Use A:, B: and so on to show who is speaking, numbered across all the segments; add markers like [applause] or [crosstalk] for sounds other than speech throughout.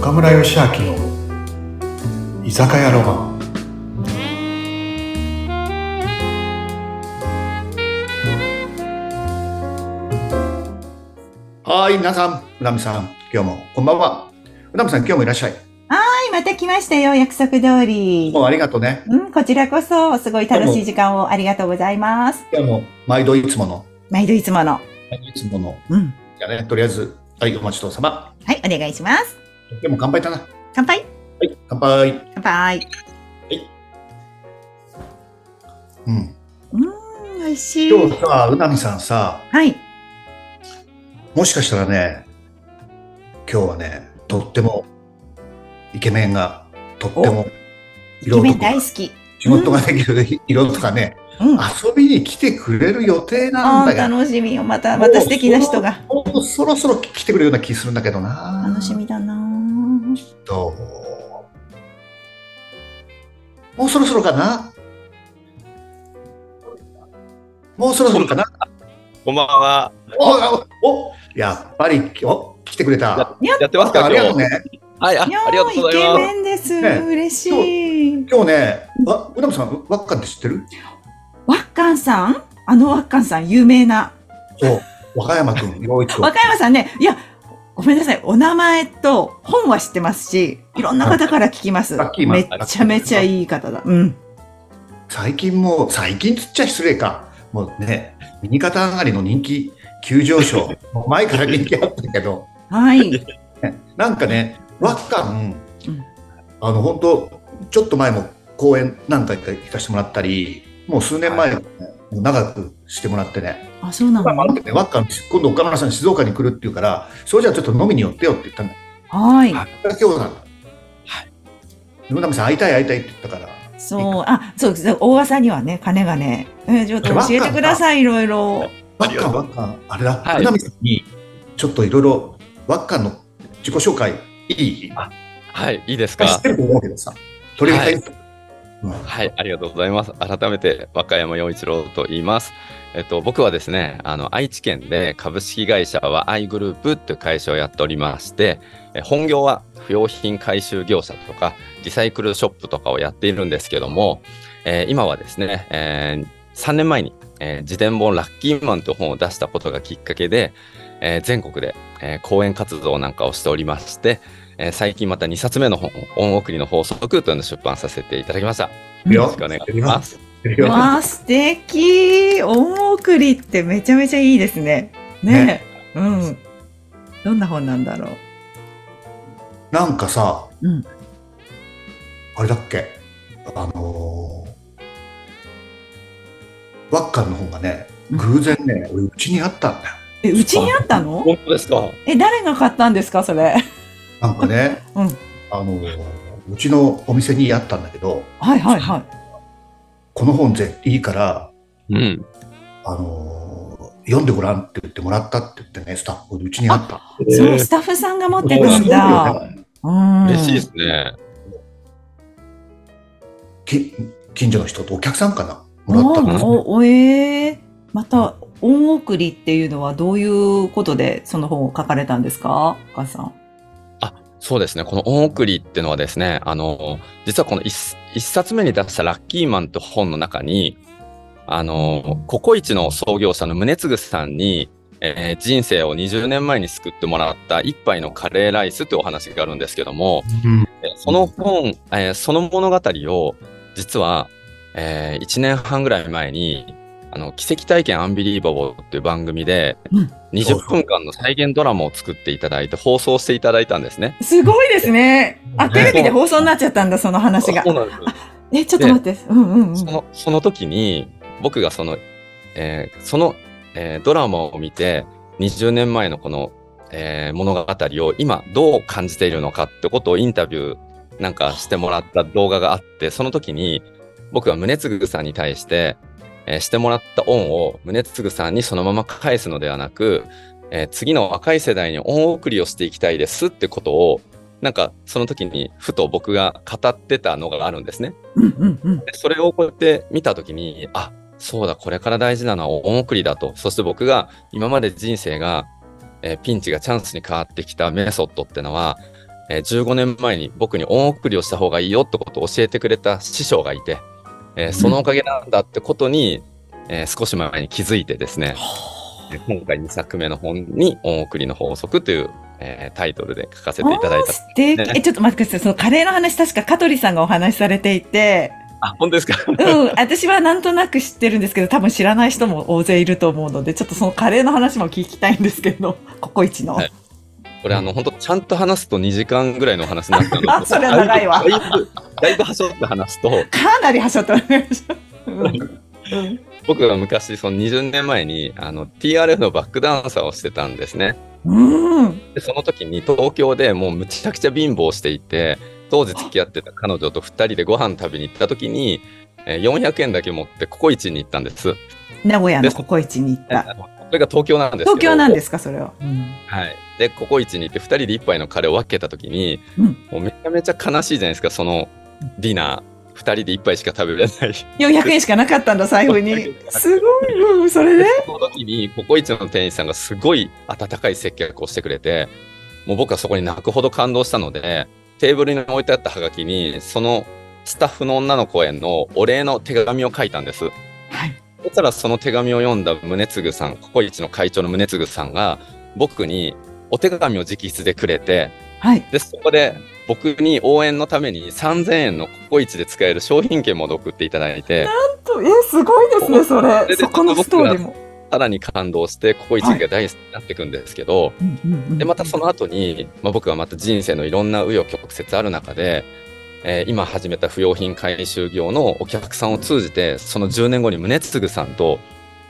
A: 岡村義明の居酒屋ロマンはい皆さん村上さん今日もこんばんは村上さん今日もいらっしゃい
B: はい、また来ましたよ。約束通り。
A: もうありがとうね
B: うん、こちらこそ、すごい楽しい時間をありがとうございます。
A: 今日も毎度いつもの
B: 毎度いつもの。
A: いつもの
B: うん。
A: じゃあねとりあえずはいお待ちどうさま
B: はい、お願いします。
A: 今日も乾杯だなは
B: 乾杯
A: い乾杯
B: 乾杯。
A: うん
B: うーん、美味しい。
A: 今日さうなみさんさ
B: はい。
A: もしかしたらね、今日はね、とってもイケメンが、とっても
B: イケメン大好き。
A: 仕事ができる色とかね、
B: うん。
A: 遊びに来てくれる予定なん
B: あー
A: だが、
B: 楽しみよ。また、また素敵な人が。
A: もうそろそろ来てくれるような気するんだけどな。
B: 楽しみだなぁ
A: と。もうそろそろかなもうそろそろかな
C: こんばんは。
A: おおおやっぱりお来てくれた。
B: やっ
C: やってますか
A: あり
C: 今
A: がとう
C: 日。
A: ね。
C: はい、あ
B: いや
C: ありがとうござ
B: ー
C: い
B: イケ
C: ま
B: メンです。
A: ね
B: 嬉しい。
A: 今日ね、わうなむさん、わっかんって知ってる
B: ワッカンさんあのワッカンさん、有名な。
A: そう、和歌山君、陽一君。
B: 和歌山さんね、いや、ごめんなさい、お名前と本は知ってますし、いろんな方 [laughs] から聞きます。
A: ラッキーマン
B: めっちゃめちゃいい方だ。うん。
A: 最近もう、最近つっちゃ失礼か。もうね、右肩上がりの人気急上昇。もう前から人気あったけど、
B: はい。
A: ねなんかね、わっかん
B: うん、
A: あの、本当ちょっと前も公演何回か行かせてもらったり、もう数年前、ね、もう長くしてもらってね、
B: あ、そうな
A: まあ
B: の
A: 待ってね、わっかん、今度岡村さん静岡に来るって言うから、それじゃあちょっと飲みに寄ってよって言ったんだ
B: はい。
A: 今日なんだ。はい。野上さん、会いたい会いたいって言ったから。
B: そう、あ、そうです。大噂にはね、金がね、えーちょっと教えてください、いろいろ。
A: ワッカン、ワッカン、あれだ、
C: はい
A: 宇波さんに、ちょっといろいろ、ワッカンの自己紹介、いい
C: あす。はい、いいです
A: 知
C: か
A: っ。てると思うけどさ、とりあえず、うん
C: はい、ありがとうございます。改めて、和歌山陽一郎と言います。えっと、僕はですね、あの、愛知県で株式会社はアイグループという会社をやっておりまして、え本業は不用品回収業者とか、リサイクルショップとかをやっているんですけども、えー今はですね、え3年前に、えー自伝本ラッキーマンという本を出したことがきっかけで、えー全国で、えー講演活動なんかをしておりまして、えー最近また2冊目の本、恩送りの法則というのを出版させていただきました。
A: いい
C: よろ
A: よ
C: しくお願いします。
A: いいよ
B: わあ、素敵。音送りってめちゃめちゃいいですね。ね。うん。どんな本なんだろ
A: なんかさ、
B: う。うん。
A: あれだっけ、あのー、ワッカンの方がね、
B: うん
A: 偶然ね、俺、うちにあったんだよ。
B: え、うちにあったの
C: 本当ですか。
B: え、誰が買ったんですか、それ。
A: なんかね、
B: うん
A: あのー、うちのお店にあったんだけど、
B: はいはいはい。
A: この本ぜいいから、
C: うん。
A: あのー読んでごらんって言ってもらったって言ってね、スタッフ、うちにあった。
B: そう、スタッフさんが持ってく
A: す
B: ん
A: ごいよ
B: だ。
A: ね
B: うん。
C: 嬉しいですね。
A: き近所の人とお客さんかな
B: お
A: もらったんですね
B: お、おえーまた、音送りっていうのはどういうことでその本を書かれたんですかお母さん。
C: そうですね。この恩送りっていうのはですね、あの、実はこの一一冊目に出したラッキーマンと本の中に、あの、ココイチの創業者の宗次さんに、えー人生を20年前に救ってもらった一杯のカレーライスというお話があるんですけども、
A: うん
C: えーその本、えーその物語を、実は、え1年半ぐらい前に、あの、奇跡体験アンビリーバボーっていう番組で
B: うん、
C: 20分間の再現ドラマを作っていただいて、放送していただいたんですね。
B: すごいですね。あ、
A: ね
B: テレビで放送になっちゃったんだ、その話が
C: そう。なんですよ
B: え、ちょっと待って。うんうんうん
C: そ。の、その時に、僕がその、えーその、えードラマを見て、20年前のこの、えー物語を今どう感じているのかってことをインタビューなんかしてもらった動画があって、その時に僕は宗次さんに対して、えーしてもらった恩を宗次さんにそのまま返すのではなく、えー次の若い世代に恩送りをしていきたいですってことを、なんかその時にふと僕が語ってたのがあるんですね。
B: うんうんうん。
C: でそれをこうやって見たときに、あ、そうだ、これから大事なのは恩送りだと。そして僕が今まで人生が、えーピンチがチャンスに変わってきたメソッドってのは、えー15年前に僕に恩送りをした方がいいよってことを教えてくれた師匠がいて、えーそのおかげなんだってことに、えー少し前に気づいてですね、えー今回2作目の本に恩送りの法則という、えータイトルで書かせていただい
B: あー
C: た。
B: 素敵
C: ね
B: え、ちょっと待ってください。そのカレーの話、確か香取さんがお話しされていて、
C: あ、本当ですか
A: [laughs]
B: うん、私はなんとなく知ってるんですけど、多分知らない人も大勢いると思うので、ちょっとそのカレーの話も聞きたいんですけど、ココイチの。
C: はいこれあの、本当ちゃんと話すと2時間ぐらいのお話になったの
B: [laughs]
C: で。
B: あそれは長いわ
C: だいぶ、だいぶ端折って話すと、
B: かなりはしょっておりました。うんうん
C: 僕が昔、その20年前に、あの、TRF のバックダンサーをしてたんですね。
B: うん。
C: でその時に東京でもうむちゃくちゃ貧乏していて当時付き合ってた彼女と2人でご飯食べに行った時にえー400円だけ持ってココイチに行ったんです。
B: 名古屋のココイチに行った。
C: それが東京なんですけど
B: 東京なんですか、それは。うん。
C: はい。で、ココイチに行って2人で1杯のカレーを分けた時に、
B: うん
C: もうめちゃめちゃ悲しいじゃないですか、そのディナー。2人で1杯しか食べれない。
B: 400円しかなかったんだ、財布に。すごい、うん、それ
C: で
B: で
C: その時にココイチの店員さんがすごい温かい接客をしてくれて、もう僕はそこに泣くほど感動したので、テーブルに置いてあったハガキに、そのスタッフの女の子へのお礼の手紙を書いたんです。
B: はい。
C: そしたらその手紙を読んだ宗次さん、ココイチの会長の宗次さんが、僕にお手紙を直筆でくれて、
B: はい。
C: で、そこで僕に応援のために3000円のココイチで使える商品券も送っていただいて、
B: とえ、すごいですね、そ
C: それ
B: れ。
C: で
B: そこのストーリーも。
C: さらに感動してココイチが大好きになっていくんですけど、で、またその後に、まあ、僕はまた人生のいろんな紆余曲折ある中で、えー今始めた不用品回収業のお客さんを通じて、その10年後に宗次さんと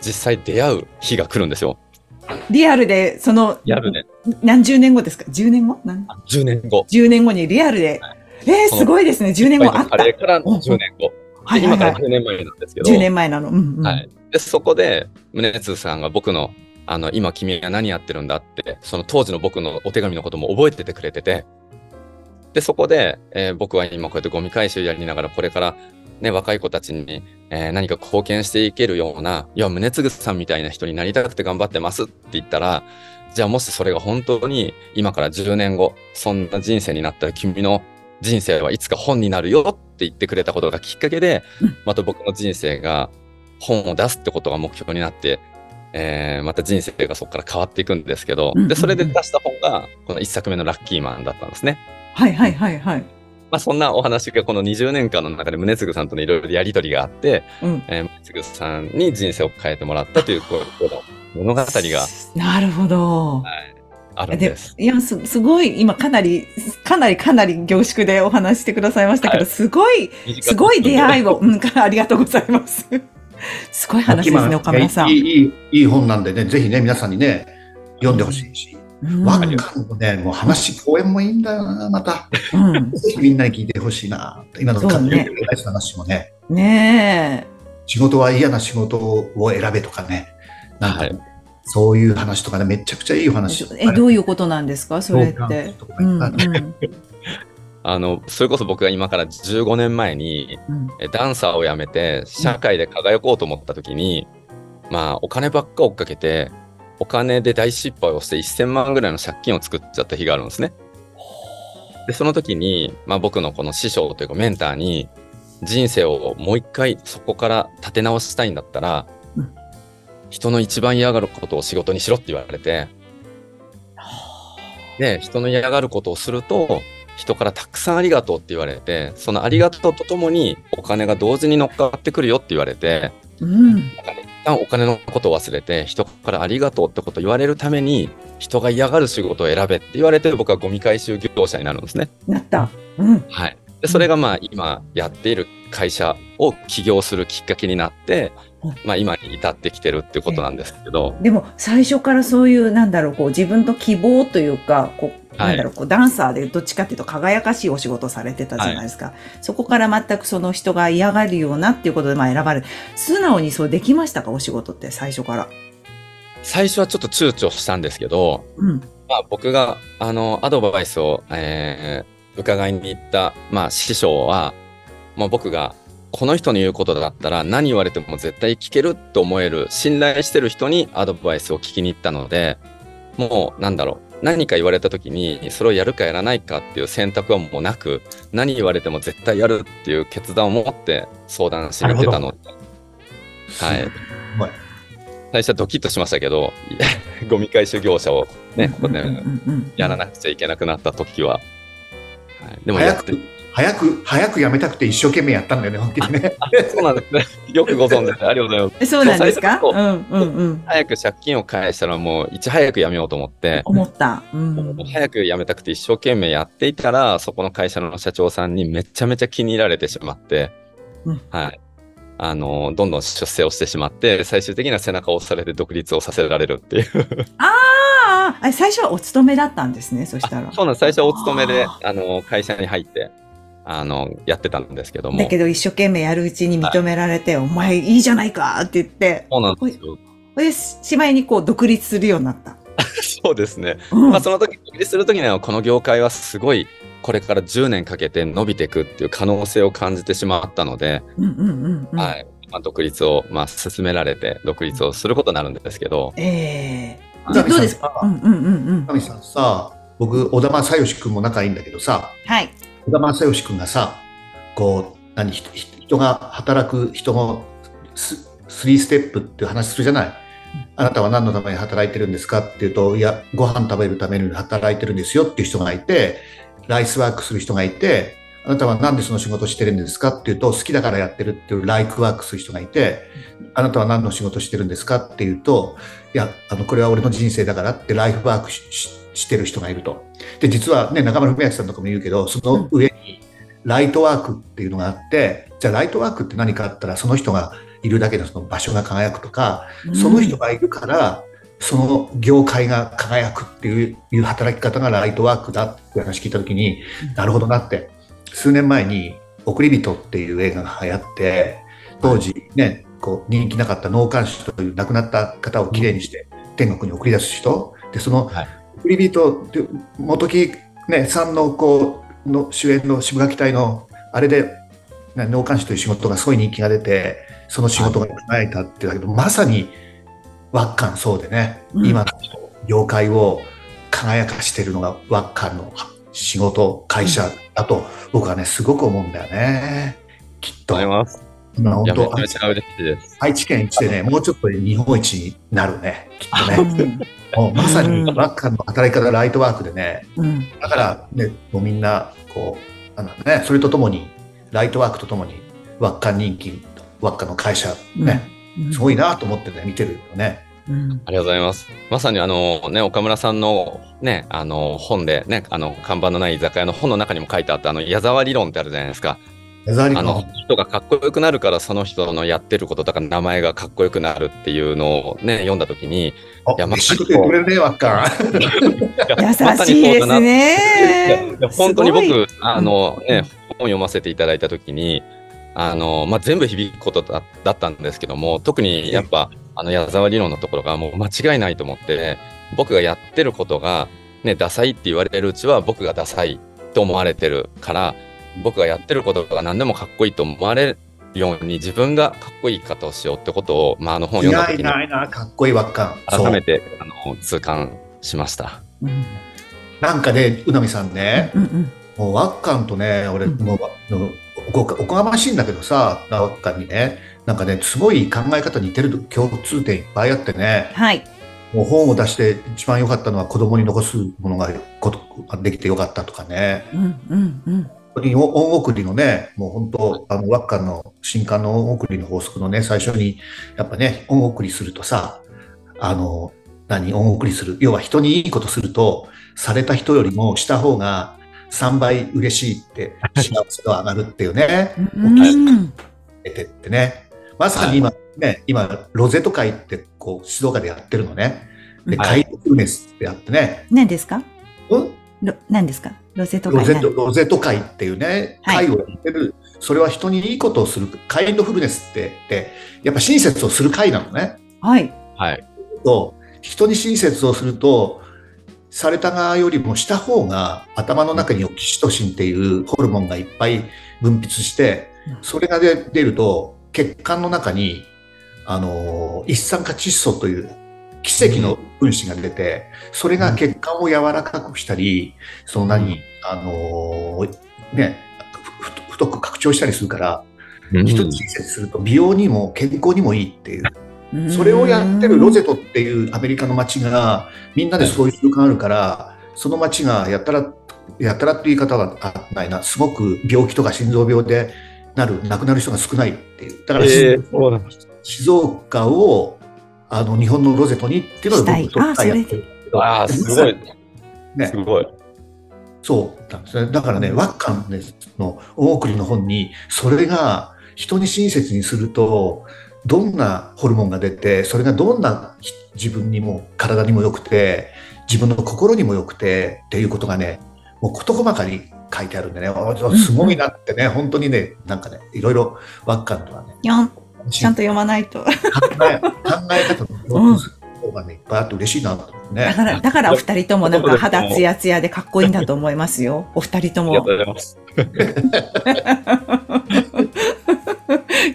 C: 実際出会う日が来るんですよ。
B: リアルで、その、
C: やるね。
B: 何十年後ですか ?10 年後何
C: 10年後。
B: ?10 年後にリアルで。えー、
C: その
B: すごいですね。10年後あった。
C: あれからの10年後。
B: はいは
C: 今
B: い
C: か
B: はい
C: ら。10年前なんですけど。
B: 10年前なの。うんうん。
C: はい。で、そこで、宗次さんが僕の、あの、今君は何やってるんだって、その当時の僕のお手紙のことも覚えててくれてて、で、そこで、えー僕は今こうやってゴミ回収やりながら、これから、ね、若い子たちに、えー何か貢献していけるような、いや、宗次さんみたいな人になりたくて頑張ってますって言ったら、じゃあもしそれが本当に今から10年後、そんな人生になったら君の人生はいつか本になるよって言ってくれたことがきっかけで
B: うん、
C: また僕の人生が本を出すってことが目標になって、えーまた人生がそこから変わっていくんですけど
B: うんうんう、ん
C: で、それで出した本が、この一作目のラッキーマンだったんですね。
B: はいはいはいはい。
C: まあ、そんなお話がこの20年間の中で宗次さんとのいろいろやりとりがあって、
B: うん。
C: えー、宗次さんに人生を変えてもらったという、こうこの物語が
B: なるほど。
C: あるん
B: で
C: です。
B: いやすすごい今かなりかなりかなり凝縮でお話してくださいましたけど、
C: はい
B: すごいすごい出会いを、うん、 [laughs] ありがとうございます。 [laughs] すごい話ですね、岡村さん。
A: いいいいいい本なんでね、ぜひね、皆さんにね、読んでほしいし。
B: うん
A: わかるもね、もう話、講演もいいんだよな、また。
B: うん
A: ぜひみんなに聞いてほしいな。今の
B: そう
A: 活
B: ね
A: 躍に対する話もね、
B: ね
A: 仕事は嫌な仕事を選べとかね、なんか、
C: はい
A: そういう話とかね、めちゃくちゃいいお話。
B: え。え、どういうことなんですか、それ
A: 共感
B: って
A: と。か
B: う
A: いっ
B: ん
A: ぱ
B: う
A: いある
B: ん
C: あの、それこそ僕が今から15年前に、
B: うん
C: えダンサーを辞めて、社会で輝こうと思った時に、まあ、お金ばっか追っかけて、お金で大失敗をして1000万ぐらいの借金を作っちゃった日があるんですね。で、その時に、まあ僕のこの師匠というかメンターに、人生をもう一回そこから立て直したいんだったら、
B: うん
C: 人の一番嫌がることを仕事にしろって言われて、で、人の嫌がることをすると、人からたくさんありがとうって言われて、そのありがとうとともにお金が同時に乗っかってくるよって言われて、
B: うん
C: なんかね一旦お金のことを忘れて、人からありがとうってことを言われるために、人が嫌がる仕事を選べって言われて、僕はゴミ回収業者になるんですね。
B: なった。うん
C: はい。で、それがまあ今やっている会社を起業するきっかけになって
B: うん、
C: まあ今に至ってきてるってことなんですけど、
B: でも最初からそういうなんだろうこう自分と希望というかこう
C: は
B: な
C: い
B: んだろうこうダンサーでどっちかっていうと輝かしいお仕事をされてたじゃないですか、そこから全くその人が嫌がるようなっていうことでまあ選ばれる素直にそうできましたかお仕事って最初から。
C: 最初はちょっと躊躇したんですけど、
B: うん
C: まあ、僕があのアドバイスを、えー伺いに行った、まあ、師匠は、まあ、僕がこの人の言うことだったら何言われても絶対聞けると思える信頼してる人にアドバイスを聞きに行ったのでもうなんだろう何か言われた時にそれをやるかやらないかっていう選択はもうなく何言われても絶対やるっていう決断を持って相談しに行ってたのではい
A: すごい。
C: 最初はドキッとしましたけど [laughs] ゴミ回収業者をねここでやらなくちゃいけなくなった時は、はい、でもや
A: 早
C: って
A: く、早く、早くやめたくて一生懸命やったんだよね、本気でね。
C: そうなんですね [laughs] よくご存知でありがとうございます
B: えそうなんですか
C: そうう最
B: んうんうん。
C: 早く借金を返したらもういち早くやめようと思って
B: 思った。うん。
C: 早く辞めたくて一生懸命やっていたら、そこの会社の社長さんにめちゃめちゃ気に入られてしまって、
B: うん
C: はい。あの、どんどん出世をしてしまって、最終的には背中を押されて独立をさせられるっていう。 [laughs]
B: ああ、最初はお勤めだったんですね、そしたら。
C: そうなんです。最初はお勤めで、
B: あ
C: あの、会社に入って、あの、やってたんですけども。
B: だけど一生懸命やるうちに認められて、お前いいじゃないかって言って、
C: そうなんですよ。
B: それで、しまいにこう独立するようになった。
C: そうですね。
B: うん
C: まあ、その時、独立する時には、この業界はすごい、これから10年かけて伸びていくっていう可能性を感じてしまったので、
B: うんうんうんうん。
C: はい。まあ、独立を、まあ、進められて、独立をすることになるんですけど、
B: ええ
A: は
B: ー。
A: い
B: じゃあどうです
A: さ
B: か
A: あ
B: うんうんうんうん。
A: 神さんさ、僕、小田正義君も仲いいんだけどさ、
B: はい。
A: 小田正義君がさ、こう、何、ひひ人が働く人のススリーステップっていう話するじゃない。あなたは何のために働いてるんですかっていうと、いや、ご飯食べるために働いてるんですよっていう人がいて、ライスワークする人がいて、あなたはなんでその仕事してるんですかっていうと、好きだからやってるっていうライクワークする人がいて、あなたは何の仕事してるんですかっていうと、いや、あの、これは俺の人生だからってライフワークしししてる人がいると。で、実はね、中村文明さんとかも言うけど、その上にライトワークっていうのがあって、じゃあライトワークって何かあったら、その人がいるだけでその場所が輝くとか、その人がいるから、その業界が輝くっていういう働き方がライトワークだって話聞いた時に、
B: うん
A: なるほどなって数年前に「送り人」っていう映画が流行って当時ねこう人気なかった納棺師という亡くなった方をきれいにして天国に送り出す人でその
C: はい
A: 「送り人」っていう元木、ね、さんのこうの主演の渋垣隊のあれでね納棺師という仕事がすごい人気が出てその仕事が輝いたってだけどまさにワッカンそうでね、
B: うん
A: 今の業界を輝かしてるのがワッカンの仕事会社だと僕はねすごく思うんだよねきっと
C: ありがとうございます。
A: 今
C: いや
A: 本
C: め
A: 当
C: ちゃめちゃ嬉しいです。
A: 愛知県一でねもうちょっとで日本一になるねきっと
B: [laughs]
A: ね
B: ね。
A: もうまさに
B: うん
A: ワッカンの働き方ライトワークでね
B: うんうん。
A: だからねもうみんなこうなんだろうねそれとともにライトワークとともにワッカン人気ワッカンの会社ね、
B: うん
A: すごいなと思ってね見てるよね
B: うん
C: ありがとうございます。まさにあのね、岡村さんのね、あの本でね、あの看板のない居酒屋の本の中にも書いてあったあの矢沢理論ってあるじゃないですか。
A: 矢沢
C: あ
A: 里
C: の
A: の
C: 人がかっこよくなるからその人のやってることとか名前がかっこよくなるっていうのをね、読んだ時に、
A: あ
C: いやま
A: 嬉しいこと言ってくれるねワッカン
B: [laughs] 優
C: まさ
B: しい
C: にそう
B: で
C: だな
B: す
C: い
B: ね
C: や。本当に
B: すごい
C: 僕、あのね、本を読ませていただいたときに、あの、まあ、全部響くことだだったんですけども、特にやっぱ、あの、矢沢理論のところがもう間違いないと思って、僕がやってることが、ね、ダサいって言われるうちは僕がダサいと思われてるから、僕がやってることが何でもかっこいいと思われるように自分がかっこいい言い方をしようってことを、まあ、あの本を
A: い
C: 読んだ
A: な
C: 時
A: い
C: に
A: ないないかっこいい輪っか
C: 改めてあの痛感しました。
B: うん
A: なんかねうなみさんね、
B: うんうん
A: もう輪っかんとね俺
B: うん
A: もうのおこおこがましいんだけどさ輪っかんにねなんかねすごい考え方似てる共通点いっぱいあってね
B: はい。
A: もう本を出して一番良かったのは子供に残すものがことできて良かったとかね
B: うんうんうん。
A: 本当に恩送りのね、もう本当、あの、ワッカンの新刊の恩送りの法則のね、最初に、やっぱね、恩送りするとさ、あの、何、恩送りする。要は人にいいことすると、された人よりもした方が3倍嬉しいって、幸せが上がるっていうね、 [laughs]
B: うん
A: 得てってね。まさに今、ね、今、ロゼと会って、こう、静岡でやってるのね。で、
B: はい
A: 会フルネスってやってね、
B: 何ですか
A: うん
B: ロ何ですかロゼとか
A: ロ
B: に
A: ゼ
B: な
A: ッ
B: る
A: ト、ロゼット会っていうね、
B: はい
A: 会をやってる、それは人にいいことをする、カインドフルネスって言って、やっぱ親切をする会なのね。
B: はい。
C: はい。
A: と、人に親切をすると、された側よりもした方が頭の中にオキシトシンっていうホルモンがいっぱい分泌して
B: うん、
A: それがで出ると、血管の中に、あの、一酸化窒素という奇跡の分子が出て、それが血管を柔らかくしたり、その何、あのーね、ふふ太く拡張したりするから、一つ人生すると美容にも健康にもいいっていう。
B: うん
A: それをやってるロゼトっていうアメリカの街がみんなでそういう習慣あるからその街がやったらやったらっていう言い方はあないなすごく病気とか心臓病でなる亡くなる人が少ないっていうだから、
C: えーそうなん
A: 静岡をあの日本のロゼトにっていうの
B: した
A: が
B: い
A: 僕そっからやってる
B: [laughs]
C: ああ、すごい。
A: ね
C: すごい。
A: そうなんですねだからねワッカンの大送りの本にそれが人に親切にするとどんなホルモンが出てそれがどんなひ自分にも体にも良くて自分の心にも良くてっていうことがねもう事細かに書いてあるんでねおすごいなってね本当にねなんかねいろいろワッカンとはね
B: にゃんちゃん
A: 考
B: と読まないと。
A: え考え方の方がねいっぱいあって嬉しいなと思う
B: だ [laughs]
A: ね。
B: から、だからお二人ともなんか肌ツヤツヤでかっこいいんだと思いますよ。お二人と
C: ありが
B: も
C: と。うございます。
B: [laughs]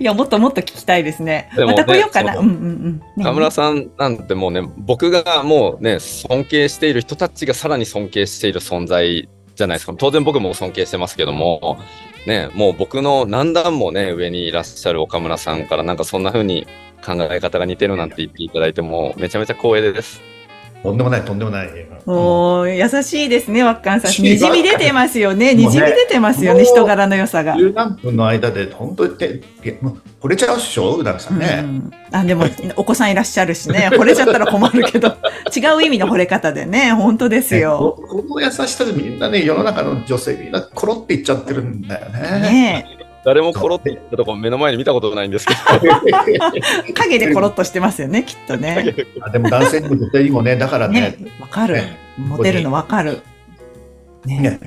B: いや、もっともっと聞きたいですね。
C: でも
B: また来ようかな。
C: ね
B: うんうんうん。ね
C: 田村さんなんてもうね、僕がもうね、尊敬している人たちがさらに尊敬している存在じゃないですか。当然僕も尊敬してますけども、ね、もう僕の何段もね、上にいらっしゃる岡村さんからなんかそんな風に考え方が似てるなんて言っていただいてもうめちゃめちゃ光栄です。
A: とんでもないとんでもない。
B: おー優しいですね、わっかんさ
A: [laughs] 優し
B: ん。
A: い
B: にじみ出てますよね。
A: もう
B: に
A: ね
B: じみ出てますよね、
A: もう
B: 人柄の良さが。
A: 十何分の間で本当にてえもう惚れちゃうっしょ宇田さん
B: う
A: ね。
B: ん、あでもお子さんいらっしゃるしね惚れちゃったら困るけど [laughs] 違う意味の惚れ方でね本当です
A: ねこ
B: よ。
A: この優しさでみんなね世の中の女性みんなコロっていっちゃってるんだよね。
B: ね
C: 誰もコロって言ったとこ目の前に見たことないんですけど。
B: え影でコロッとしてますよねきっとね。
A: [laughs] あでも男性にも女性にもねだから
B: ね
A: ね。
B: わかる
A: ね
B: モテるのわかる。ね
A: ね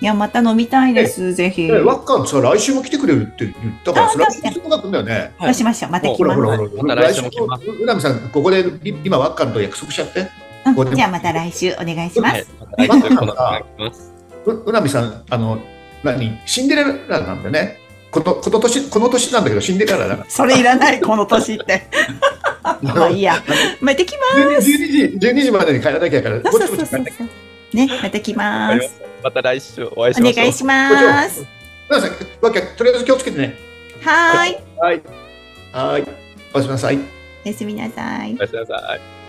B: いやまた飲みたいですぜひ。
A: ねワッカーさ来週も来てくれるって言ったから
B: あ
A: それは
B: 確かに
A: そうだったんだよね。
B: どうしましょうまた来
A: ほらほ
B: ます
A: ら
C: は
A: ほ
C: い
A: ら
C: また来週も来ま
A: 宇田さんここでい今ワッカーと約束しちゃって。
B: う
A: ここで
B: ん。じゃあまた来週お願いしま
C: は
B: す
C: い。。来週この後に行きます
A: う宇波さんあの何シンデレラなんだよね。このこの年この年なんだけどシンデレラだから。
B: それいらないこの年って。 [laughs] まあ [laughs] いいや。また来ま
A: 12
B: す。
A: 時12時までに帰らなきゃから、
B: そ
A: ぼ
B: う
A: ち
B: そう
A: ぼ
B: そ
A: ち
B: う
A: 帰
B: そ
A: ん
B: う
A: なきゃ。。
B: ねまた来ま。
C: わかります [laughs] また来週お会いし
B: お
C: ましょう
B: 願い。します。
A: なんかわけとりあえず気をつけてね。
B: はーい。
A: はい。はい。おやすみなさい。
B: おやすみなさい
C: お。やすみなさい。